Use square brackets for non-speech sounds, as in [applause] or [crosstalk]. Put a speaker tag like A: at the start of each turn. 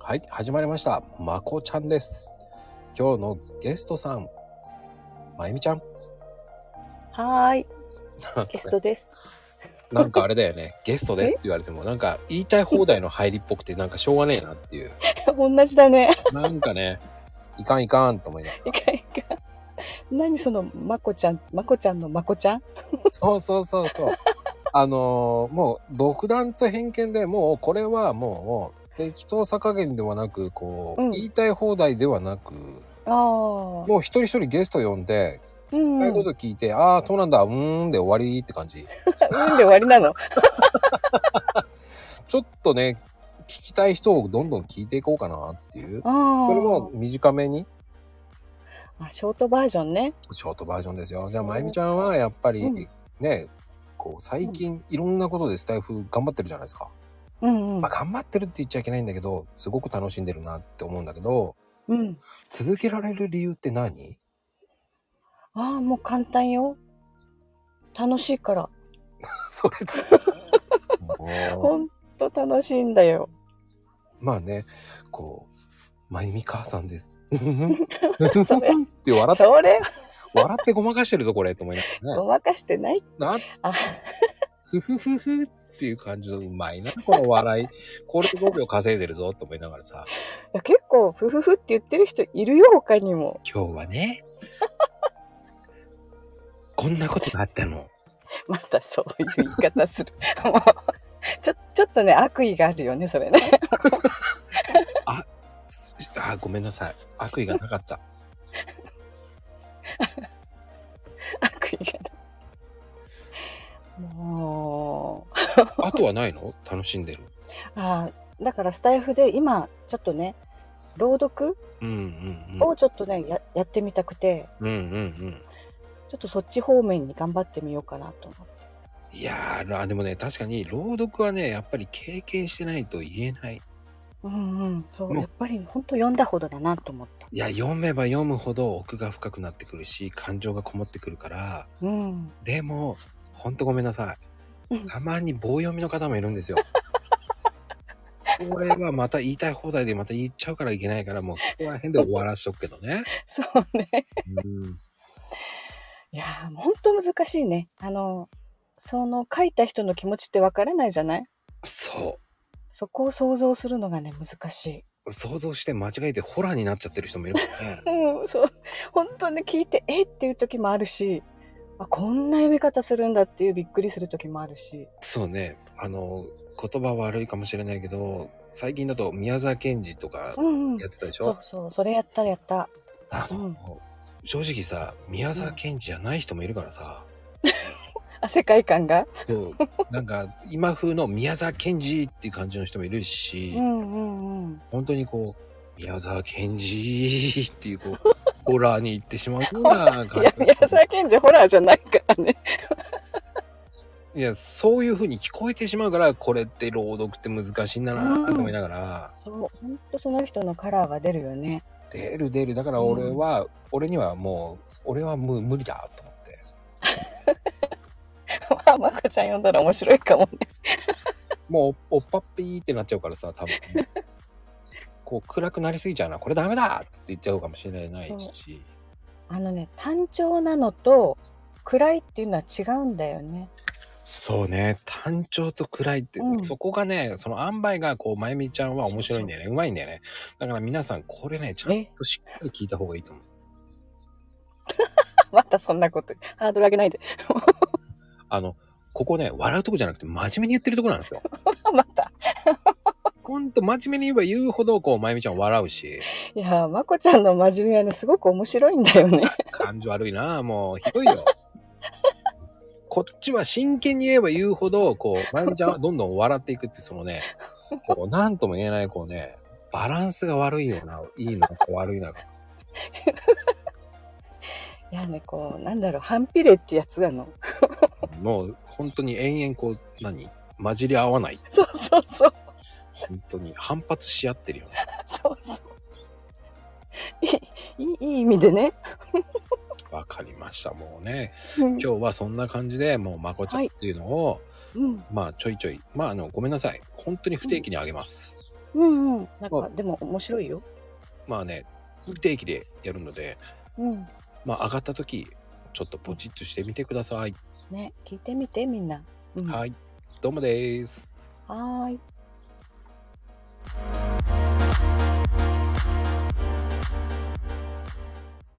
A: はい、始まりました。まこちゃんです。今日のゲストさん、まゆみちゃん。
B: はー
A: [laughs]
B: い。ゲストです。 [laughs]
A: なんかあれだよ [laughs] ね、ゲストですって言われても、なんか言いたい放題の入りっぽくて、なんかしょうがねえなっていう。
B: 同じだね。
A: なんかね、いかんいかんと思いなが
B: ら。いかんいかん。何その、まこちゃん、まこちゃんのまこちゃん
A: そうそうそうそう。あのー、もう独断と偏見でもうこれはもう適当さ加減ではなくこう、うん、言いたい放題ではなくもう一人一人ゲスト呼んで聞きたいこと聞いて、うん、ああそうなんだうんで終わりって感じ。
B: うんで終わり
A: [laughs]
B: なの
A: ちょっとね聞きたい人をどんどん聞いていこうかなっていうそれも短めに。
B: あショートバージョンね。
A: ショートバージョンですよ。じゃあ、まゆみちゃんはやっぱり、うん、ね、こう最近いろんなことでスタイフ頑張ってるじゃないですか。
B: うんうん、
A: まあ、頑張ってるって言っちゃいけないんだけどすごく楽しんでるなって思うんだけど、
B: うん、
A: 続けられる理由って何
B: ああもう簡単よ。楽しいから。
A: それだ。 [laughs]
B: ほんと楽しいんだよ。
A: まあねこう「まゆみ母さんです」 [laughs] って笑って。
B: それ
A: 笑ってごまかしてるぞこれと思いな
B: がらね。ごまかしてない
A: なふふふふっていう感じのうまいなこの笑い [laughs] これ5秒稼いでるぞと思いながらさ
B: いや結構ふふふって言ってる人いるよ他にも
A: 今日はね [laughs] こんなことがあったの
B: またそういう言い方する [laughs] もうちょちょっとね悪意があるよねそれね
A: ああごめんなさい悪意がなかった
B: 悪意がもう
A: あとはないの楽しんでる
B: ああだからスタイフで今ちょっとね朗読、
A: うんうん、
B: をちょっとねややってみたくて、
A: うんうんうん、
B: ちょっとそっち方面に頑張ってみようかなと思って
A: いやーでもね確かに朗読はねやっぱり経験してないと言えない
B: うんうん、そうやっぱり本当読んだほどだなと思った
A: いや読めば読むほど奥が深くなってくるし感情がこもってくるから、
B: うん、
A: でもほんとごめんなさい、うん、たまに棒読みの方もいるんですよこれはまた言いたい放題でまた言っちゃうからいけないからもうここら辺で終わらしとくけどね
B: そうね、
A: うん、
B: いやーほんと難しいねあのその書いた人の気持ちってわからないじゃない
A: そう
B: そこを想像するのがね難しい。
A: 想像して間違えてホラーになっちゃってる人もいるからね。
B: [laughs] うん、そう本当ね聞いてえっていう時もあるし、あこんな読み方するんだっていうびっくりする時もあるし。
A: そうねあの言葉悪いかもしれないけど最近だと宮沢賢治とかやってたでしょ。
B: うんうん、そうそうそれやったやった。
A: あの、うん、正直さ宮沢賢治じゃない人もいるからさ。
B: あ世界観が
A: そうなんか今風の宮沢賢治っていう感じの人もいるし、
B: うんうんうん、
A: 本当にこう宮沢賢治っていう
B: [laughs]
A: こうホラーに行ってしまうような
B: 感じ宮沢賢治ホラーじゃないからね
A: いやそういうふうに聞こえてしまうからこれって朗読って難しいんだなと思いながら、
B: うん、そう本当その人のカラーが出るよね [laughs]
A: 出る出るだから俺は、うん、俺にはもう俺は無無理だと思って
B: まあ、まこちゃん呼んだら面白いかもね
A: もう、おっぱっぴーってなっちゃうからさ、
B: [laughs]
A: 多分、ね。こう、暗くなりすぎちゃうな、これダメだっつって言っちゃうかもしれないし。
B: あのね、単調なのと暗いっていうのは違うんだよね。
A: そうね、単調と暗いって、うん、そこがね、その塩梅がこう、まゆみちゃんは面白いんだよね、うまいんだよね。だから皆さん、これね、ちゃんとしっかり聞いた方がいいと思う。
B: [laughs] またそんなこと、ハードル上げないで。
A: あの、ここね、笑うとこじゃなくて、真面目に言ってるとこなん [laughs] ですよ。
B: また。
A: ほんと、真面目に言えば言うほど、こう、まゆみちゃん笑うし。
B: いやまこちゃんの真面目はね、すごく面白いんだよね。
A: 感情悪いなもう、ひどいよ。こっちは真剣に言えば言うほど、こう、まゆみちゃんはどんどん笑っていくって、そのね、こう、なんとも言えない、こうね、バランスが悪いよな、いいのか悪いのか。
B: いやね、こう、なんだろう、反比例ってやつなの。 [laughs]
A: もう本当に延々こう何混じり合わない
B: そうそうそう
A: 本当に反発し合ってるよね
B: そうそういいいい意味でね
A: わかりましたもうね、うん、今日はそんな感じでもうまこちゃんっていうのを、はい
B: うん、
A: まあちょいちょいまああのごめんなさい本当に不定期にあげます、
B: うんうん。なん
A: まあ
B: か、でも面白いよ。
A: まあね不定期でやるので
B: うん。
A: まあ上がった時ちょっとポチッとしてみてください、
B: ね、聞いてみて、みんな。うん、
A: はいどうもです
B: はーい。